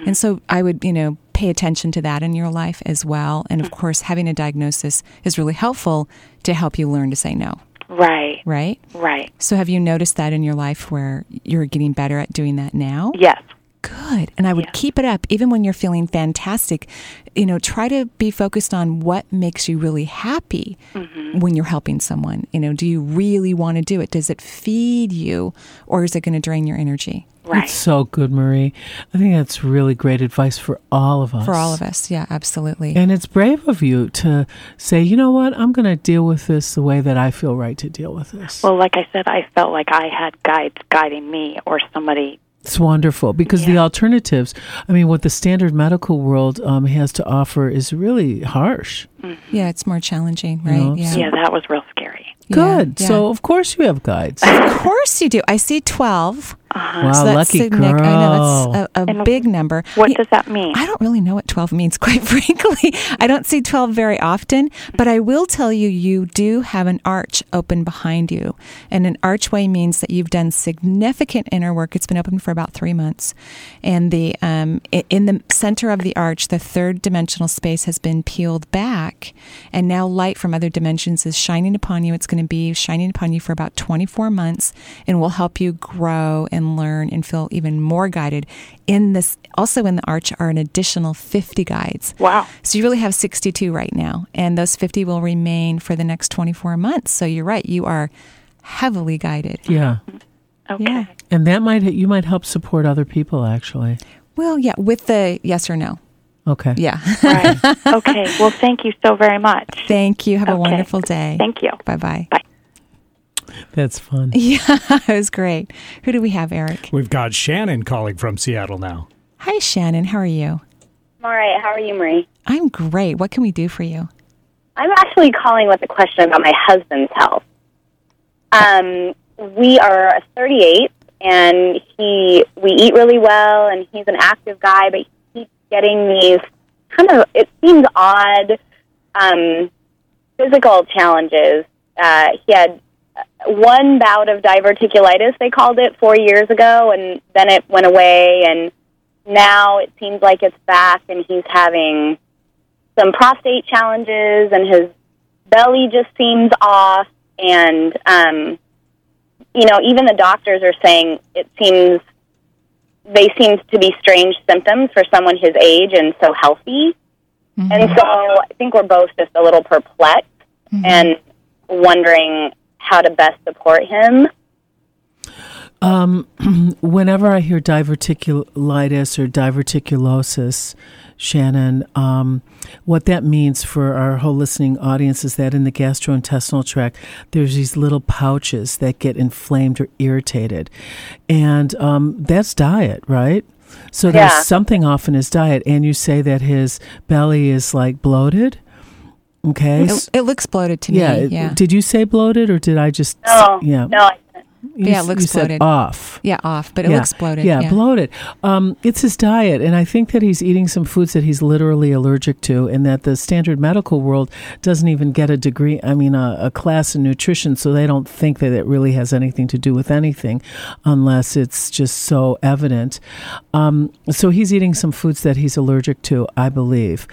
And so I would, you know, pay attention to that in your life as well. And of course, having a diagnosis is really helpful to help you learn to say no.
Right.
Right?
Right.
So, have you noticed that in your life where you're getting better at doing that now?
Yes.
Good. And I would keep it up even when you're feeling fantastic. You know, try to be focused on what makes you really happy
Mm-hmm.
when you're helping someone. You know, do you really want to do it? Does it feed you or is it going to drain your energy?
That's so good, Marie. I think that's really great advice for all of us.
For all of us. Yeah, absolutely.
And it's brave of you to say, you know what, I'm going to deal with this the way that I feel right to deal with this.
Well, like I said, I felt like I had guides guiding me or somebody.
It's wonderful because the alternatives, I mean, what the standard medical world um, has to offer is really harsh.
Yeah, it's more challenging,
You
right?
know,
yeah.
so- Yeah,
that was real scary.
Good.
Yeah, yeah.
So, of course, you have guides.
Of course you do. I see 12.
Wow,
so that's
lucky
significant. I know that's a, a
Uh-huh. And
big number.
What does that mean?
I don't really know what 12 means, quite frankly. I don't see 12 very often, but I will tell you, you do have an arch open behind you. And an archway means that you've done significant inner work. It's been open for about three months. And the um, i- in the center of the arch, the third dimensional space has been peeled back. And now light from other dimensions is shining upon you. It's going to be shining upon you for about 24 months and will help you grow and learn and feel even more guided. In this, also in the arch are an additional 50 guides.
Wow.
So you really have 62 right now, and those 50 will remain for the next 24 months. So you're right, you are heavily guided.
Yeah.
Okay.
And that might, you might help support other people, actually.
Well, yeah, with the yes or no.
Okay.
Yeah.
Right. okay. Well, thank you so very much.
Thank you. Have a
Okay.
wonderful day.
Thank you.
Bye bye.
That's fun.
Yeah, it was great. Who do we have, Eric?
We've got Shannon calling from Seattle now.
Hi, Shannon. How are you?
I'm all right. How are you, Marie?
I'm great. What can we do for you?
I'm actually calling with a question about my husband's health. Um, we are 38, and he we eat really well, and he's an active guy, but he keeps getting these kind of it seems odd um, physical challenges. Uh, he had one bout of diverticulitis, they called it, four years ago, and then it went away, and now it seems like it's back, and he's having some prostate challenges and his belly just seems off and um you know even the doctors are saying it seems they seem to be strange symptoms for someone his age and so healthy
Mm-hmm.
Mm-hmm.
and so i think we're both just a little perplexed
Mm-hmm.
and wondering how to best support him
Um, whenever I hear diverticulitis or diverticulosis, Shannon, um, what that means for our whole listening audience is that in the gastrointestinal tract, there's these little pouches that get inflamed or irritated. And um, that's diet, right? So there's
Yeah.
something off in his diet. And you say that his belly is like bloated. Okay.
It, it looks bloated to
yeah,
me.
it-
Yeah.
Did you say bloated or did I just?
No,
yeah.
no, I
You
yeah,
s-
it looks
you said
bloated.
off.
Yeah, off, but it
Yeah.
looks bloated.
Yeah, bloated. Um, it's his diet, and I think that he's eating some foods that he's literally allergic to, and that the standard medical world doesn't even get a degree. I mean, a, a class in nutrition, so they don't think that it really has anything to do with anything, unless it's just so evident. Um, so he's eating some foods that he's allergic to, I believe,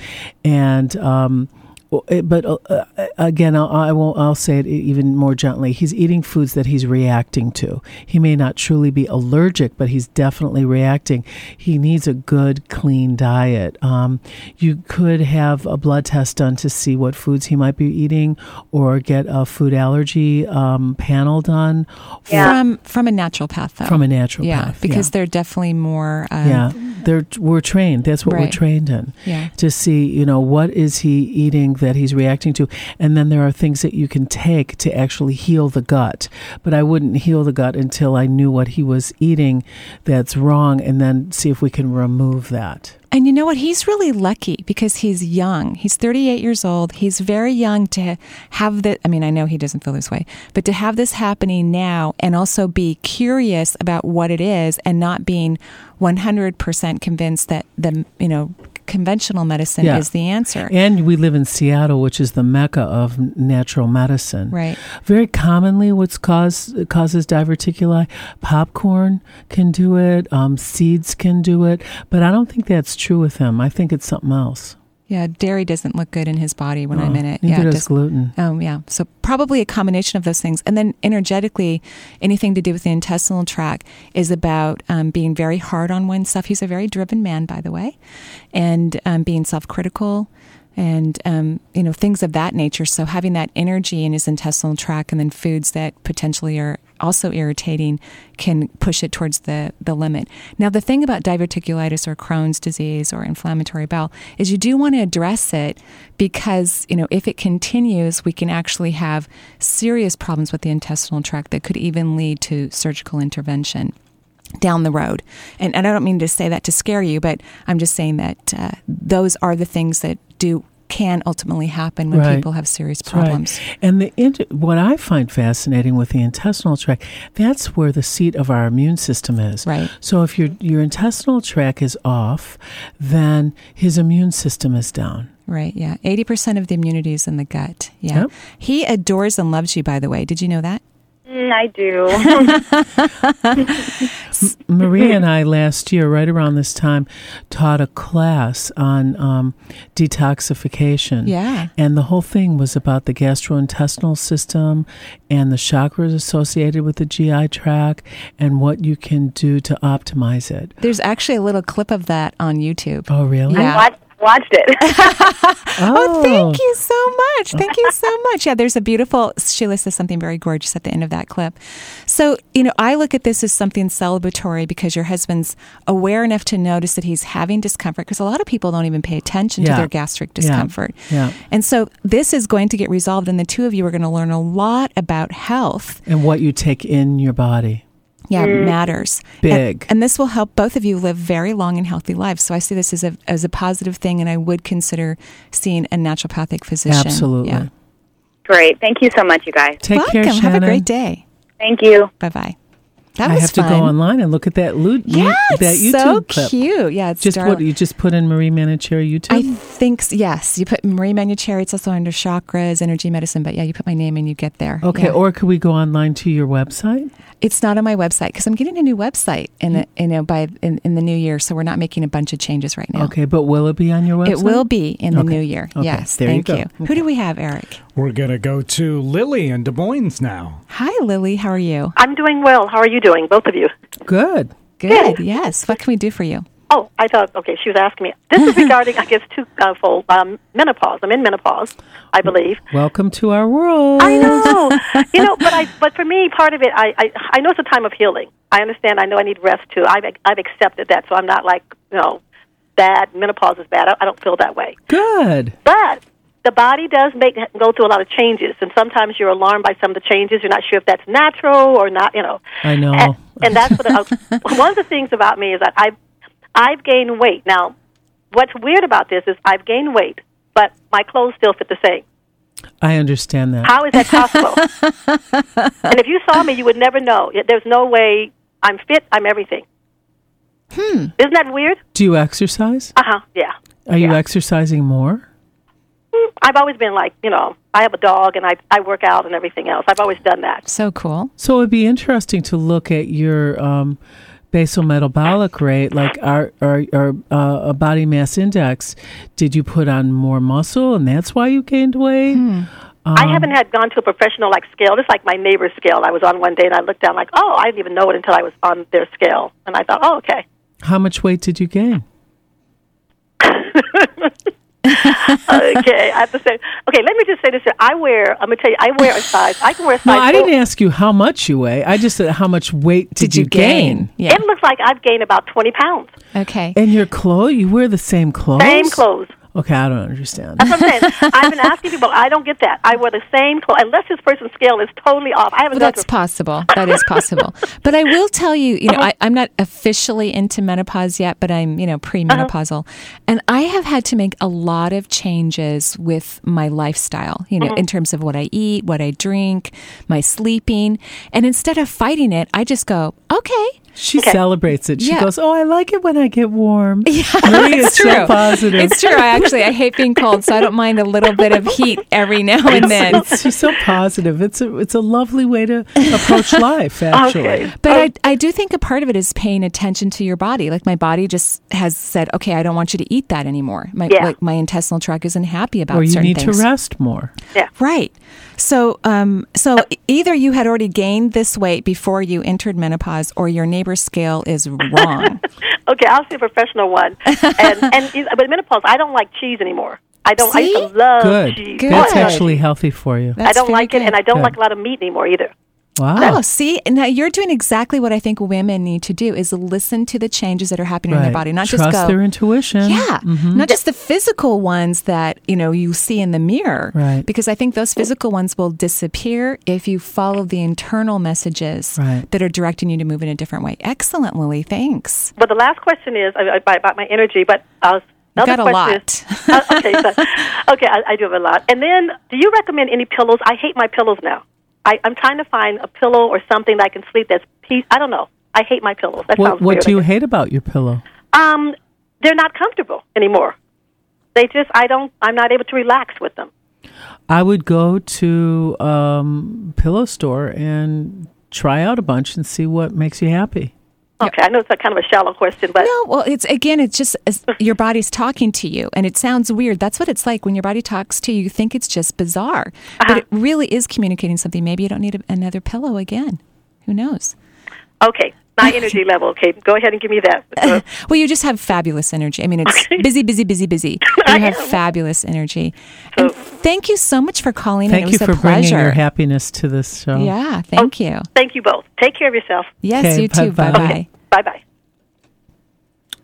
and. Um, well, it- but uh, uh, again, I'll, I will. I'll say it e- even more gently. He's eating foods that he's reacting to. He may not truly be allergic, but he's definitely reacting. He needs a good, clean diet. Um, you could have a blood test done to see what foods he might be eating, or get a food allergy um, panel done.
From from a naturopath though.
From a naturopath,
Yeah, because
yeah.
they're definitely more um,
yeah, they're we're trained. That's what we're
Right.
trained in.
Yeah.
to see you know what is he eating that he's reacting to, and then there are things that you can take to actually heal the gut. But I wouldn't heal the gut until I knew what he was eating that's wrong, and then see if we can remove that.
And you know what? He's really lucky because he's young. He's 38 years old. He's very young to have the. I mean, I know he doesn't feel this way, but to have this happening now and also be curious about what it is and not being 100% convinced that the, you know, conventional medicine
Yeah.
is the answer.
And we live in Seattle, which is the mecca of natural medicine.
Right.
Very commonly, what's cause causes diverticuli, popcorn can do it, um, seeds can do it, but I don't think that's true with him. I think it's something else.
Yeah, dairy doesn't look good in his body when I'm
No,
in it.
neither
yeah,
does
just-
gluten.
Um, yeah, so probably a combination of those things, and then energetically, anything to do with the intestinal tract is about um, being very hard on oneself. He's a very driven man, by the way, and um, being self-critical, and um, you know things of that nature. So having that energy in his intestinal tract, and then foods that potentially are also irritating can push it towards the, the limit. Now, the thing about diverticulitis or Crohn's disease or inflammatory bowel is you do want to address it because, you know, if it continues, we can actually have serious problems with the intestinal tract that could even lead to surgical intervention down the road. And, and I don't mean to say that to scare you, but I'm just saying that uh, those are the things that do can ultimately happen when
Right.
people have serious
That's right.
problems.
And the int- what I find fascinating with the intestinal tract, that's where the seat of our immune system is. Right. So if your your intestinal tract is off, then his immune system is down.
Right, yeah. 80% of the immunity is in the gut. Yeah.
Yep.
He adores and loves you, by the way. Did you know that?
Mm, I do.
Maria and I last year, right around this time, taught a class on um, detoxification.
Yeah.
And the whole thing was about the gastrointestinal system and the chakras associated with the GI tract and what you can do to optimize it.
There's actually a little clip of that on YouTube.
Oh, really?
Yeah.
I watched, watched it.
Oh, thank you so much. Thank you so much. Yeah, there's a beautiful, Sheila says something very gorgeous at the end of that clip. So, you know, I look at this as something celebratory because your husband's aware enough to notice that he's having discomfort because a lot of people don't even pay attention to
Yeah.
their gastric
Yeah.
discomfort.
Yeah.
And so this is going to get resolved, and the two of you are going to learn a lot about health
And what you take in your body.
yeah
Mm-hmm.
Mm.
matters
Big.
and, and this will help both of you live very long and healthy lives so i see this as a as a positive thing and i would consider seeing a naturopathic physician
Absolutely.
yeah.
Great. Thank you so much, you guys.
Take
welcome
care,
have a
Shannon.
great day
thank you
bye bye that
I
was
have
fun
to go online and look at that, loot,
yeah it's
that YouTube
so
clip.
cute yeah it's
Just
darling.
what you just put in Marie Manicherry YouTube.
I think s- yes. You put Marie Manucherry. It's also under chakras, energy medicine. But yeah, you put my name and you get there.
Okay,
Yeah.
or could we go online to your website?
It's not on my website because I'm getting a new website in a, you know by in, in the new year. So we're not making a bunch of changes right now.
Okay, but will it be on your website?
It will be in the
Okay.
new year.
Okay,
Yes.
there you
thank
go.
you. Who do we have, Eric?
We're going to go to Lily in Des Moines now.
Hi, Lily. How are you?
I'm doing well. How are you doing, both of you?
Good.
Good. Yes. What can we do for you?
Oh, I thought okay. She was asking me. This is regarding, I guess, twofold um, menopause. I'm in menopause, I believe.
Welcome to our world.
I know, you know, but I, but for me, part of it, I, I, I know it's a time of healing. I understand. I know I need rest too. I've, I've accepted that, so I'm not like, you know, bad. Menopause is bad. I, I don't feel that way.
Good.
But the body does make go through a lot of changes, and sometimes you're alarmed by some of the changes. You're not sure if that's natural or not. You know,
I know.
and that's what I, one of the things about me is that I I've gained weight. Now, what's weird about this is I've gained weight, but my clothes still fit the same.
I understand that.
How is that possible? and if you saw me, you would never know. Yet There's no way I'm fit. I'm everything. Hmm. Isn't that weird?
Do you exercise?
Uh huh. Yeah.
Are you exercising more?
Mm, I've always been like, you know, I have a dog and I I work out and everything else. I've always done that.
So cool.
So it'd be interesting to look at your um, basal metabolic rate, like our our, our uh, body mass index. Did you put on more muscle, and that's why you gained weight?
Hmm.
Um,
I haven't had gone to a professional like scale. This is like my neighbor's scale. I was on one day and I looked down like, oh, I didn't even know it until I was on their scale, and I thought, oh, okay.
How much weight did you gain?
okay, I have to say. Okay, let me just say this. here. I wear. I'm gonna tell you. I wear a size. I can wear a size.
No, I
four-
didn't ask you how much you weigh. I just said how much weight did, you gain?
It looks like I've gained about twenty pounds.
Okay.
And your clothes, you wear the same clothes?
Same clothes.
Okay, I don't understand.
That's what I'm saying. I've been asking people. I don't get that. I wear the same clothes unless this person's scale is totally off. I haven't.
Well, that's possible. Uh-huh. That is possible. but I will tell you, you know, I, I'm not officially into menopause yet, but I'm, you know, premenopausal. And I have had to make a lot of changes with my lifestyle, you know, in terms of what I eat, what I drink, my sleeping. And instead of fighting it, I just go, okay.
She celebrates it. She
Yeah.
goes, "Oh, I like it when I get warm." Yeah, is
it's
so
true.
positive.
It's true. I actually I hate being cold, so I don't mind a little bit of heat every now Oh, and
It's-
then.
it's- she's so positive. It's a it's a lovely way to approach life. Actually,
Oh.
But I, I do think a part of it is paying attention to your body. Like my body just has said, okay, I don't want you to eat that anymore. My,
Yeah.
like my intestinal tract isn't happy about
or you
certain
need
things.
to rest more.
Yeah. Right. So, um, so
Oh.
either you had already gained this weight before you entered menopause, or your neighbor's scale is wrong.
Okay, I'll see a professional one. And, and you- but menopause, I don't like cheese anymore. I don't. I used to love
Good.
cheese.
That's
Oh, yeah.
actually healthy for you.
I don't like it, and I don't
Good. Ah.
like a lot of meat anymore either.
Wow.
Oh, see, now you're doing exactly what I think women need to do: is listen to the changes that are happening in
Right.
their body, not
Trust
just go
their intuition.
Yeah,
Mm-hmm.
not just the physical ones that you know you see in the mirror,
Right.
Because I think those physical ones will disappear if you follow the internal messages
Right.
that are directing you to move in a different way. Excellent, Lily. Thanks.
But the last question is uh, about, about my energy. But uh,
You've
another
got a
question is uh, okay. So, okay, I, I do have a lot. And then, do you recommend any pillows? I hate my pillows now. I, I'm trying to find a pillow or something that I can sleep that's peace. I don't know. I hate my pillows. That
what
sounds
what
weird.
do you hate about your pillow?
Um, they're not comfortable anymore. They just I don't. I'm not able to relax with them.
I would go to um, pillow store and try out a bunch and see what makes you happy.
Okay, I know it's a kind of a shallow question, but
No, well, it's again, it's just it's- your body's talking to you, and it sounds weird. That's what it's like when your body talks to you. You think it's just bizarre,
Uh-huh.
but it really is communicating something. Maybe you don't need a, another pillow again. Who knows?
okay, my energy level. Okay, go ahead and give me that.
well, you just have fabulous energy. I mean, it's busy, busy, busy, busy. You have fabulous energy. And thank you so much for calling.
Thank
in.
you
It was
for
a
bringing your
pleasure.
happiness to this show.
yeah, thank you.
Thank you both. Take care of yourself.
Yes,
Okay,
you too.
bye-bye.
Bye bye.
Bye bye.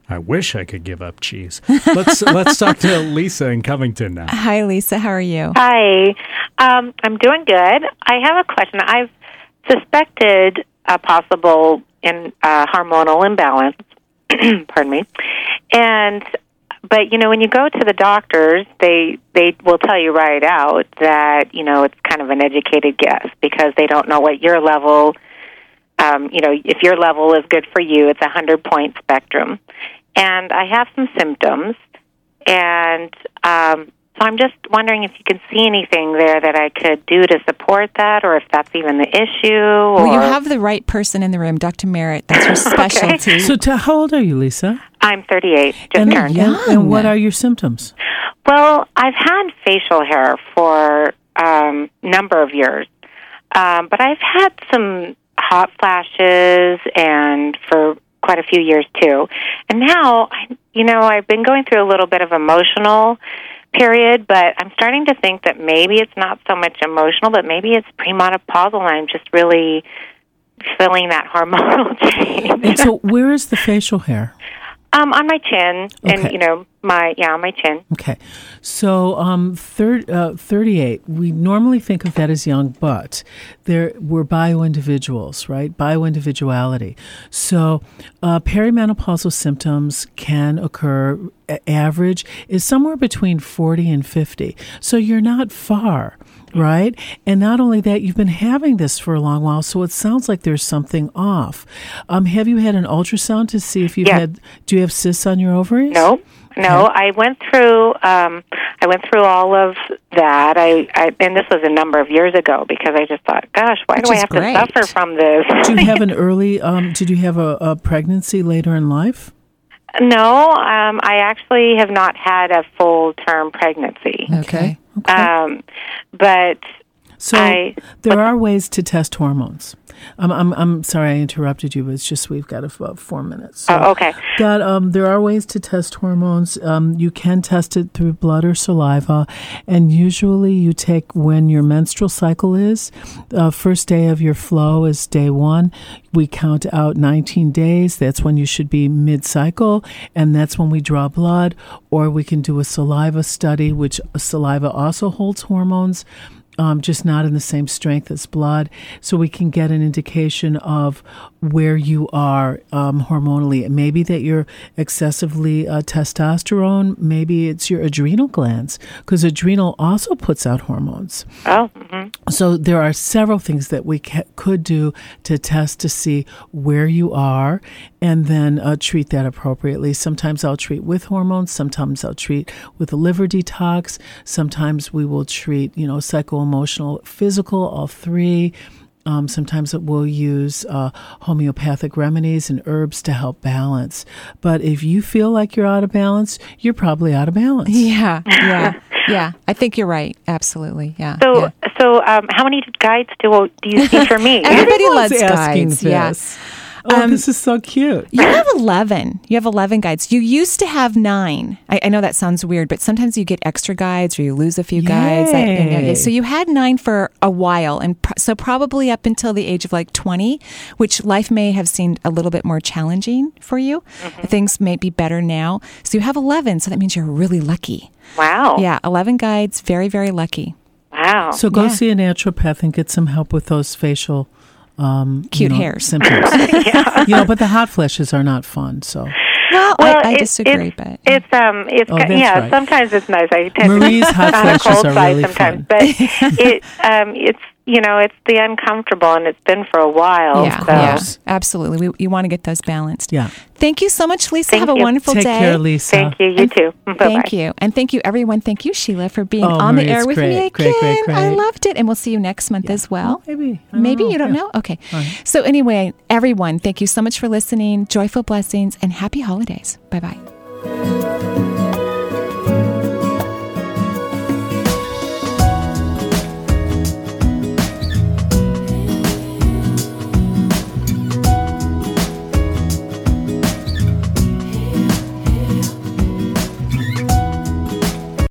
I wish I could give up cheese. Let's let's talk to Lisa in Covington now.
Hi, Lisa. How are you?
Hi. Um, I'm doing good. I have a question. I've suspected a possible in, uh, hormonal imbalance. pardon me. And but you know when you go to the doctors, they they will tell you right out that you know it's kind of an educated guess because they don't know what your level. Um, you know, if your level is good for you, it's a hundred point spectrum. And I have some symptoms, and um, so I'm just wondering if you can see anything there that I could do to support that, or if that's even the issue. Or
Well, you have the right person in the room, Dr. Merritt. That's her specialty.
So, to, how old are you, Lisa?
I'm 38, just
and,
turned.
and- and what are your symptoms?
Well, I've had facial hair for um, number of years, um, but I've had some hot flashes and for quite a few years too. And now, I, you know, I've been going through a little bit of emotional period, but I'm starting to think that maybe it's not so much emotional, but maybe it's premenopausal, and I'm just really feeling that hormonal change.
And so, where is the facial hair?
um, on my chin,
Okay.
and you know, my yeah, on my chin.
Okay. So, um, thir- uh, 38, we normally think of that as young, but there, we're bio individuals, right? Bio individuality. So, uh, perimenopausal symptoms can occur. A- average is somewhere between 40 and 50. So, you're not far. Right? And not only that, you've been having this for a long while, so it sounds like there's something off. Um, have you had an ultrasound to see if you've
Yeah.
had, do you have cysts on your ovaries?
No, no. I went through. Um, I went through all of that. I, I and this was a number of years ago because I just thought, gosh, why
Which
do I
is
have
great.
to suffer from this?
Do you have an early? Um, did you have a, a pregnancy later in life?
no, um, I actually have not had a full term pregnancy.
Okay.
Um, but
So
I,
there are ways to test hormones. Um, I'm, I'm sorry I interrupted you, but it's just we've got about four minutes. So
Oh, okay.
That um, there are ways to test hormones. Um, you can test it through blood or saliva, and usually you take when your menstrual cycle is. Uh, first day of your flow is day one. We count out 19 days. That's when you should be mid-cycle, and that's when we draw blood. Or we can do a saliva study, which uh, saliva also holds hormones um, just not in the same strength as blood. So we can get an indication of where you are um, hormonally. It may be that you're excessively uh, testosterone. Maybe it's your adrenal glands because adrenal also puts out hormones.
oh, mhm.
So there are several things that we ca- could do to test to see where you are and then uh, treat that appropriately. Sometimes I'll treat with hormones. Sometimes I'll treat with a liver detox. Sometimes we will treat, you know, psychoemotional, physical, all three. Um, sometimes it will use uh, homeopathic remedies and herbs to help balance. But if you feel like you're out of balance, you're probably out of balance.
Yeah, yeah, yeah. I think you're right. Absolutely. Yeah.
So, so um, how many guides do do you see for me?
Everybody
Everyone's
loves Um,
asking
guides. Yes.
this. Oh, this is so cute.
You have 11. You have 11 guides. You used to have nine. I, I know that sounds weird, but sometimes you get extra guides or you lose a few guides. I- I know.
Yay.
so you had nine for a while. And pr- so probably up until the age of like 20, which life may have seemed a little bit more challenging for you. Things may be better now. So you have 11. So that means you're really lucky.
Wow.
Yeah, 11 guides. Very, very lucky.
Oh. Wow.
So go
Yeah.
see a naturopath and get some help with those facial um,
Cute
you know,
hairs.
symptoms. You know, but the hot flashes are not fun. So
Well,
Well,
I, I
it-
disagree,
it's,
but.
it's um it's
Oh,
ki-
that's
yeah
right.
sometimes it's nice I tend
Marie's
to
hot
on a
flashes
cold
are
side
really
sometimes but it um it's you know it's the uncomfortable and it's been for a while
Yeah,
so.
yeah, absolutely. We, you want to get those balanced.
Yeah.
Thank you so much, Lisa.
Thank
Have a
you.
wonderful
Take
day.
care, Lisa. Thank
you. You too.
Thank you. And thank you, everyone. Thank you, Sheila, for being
Oh,
on
Marie,
the air
it's
with me
great,
again.
great, great,
I
great.
loved it. And we'll see you next month as well.
Maybe.
Maybe you don't know? Okay. So, anyway, everyone, thank you so much for listening. Joyful blessings and happy holidays. Bye bye.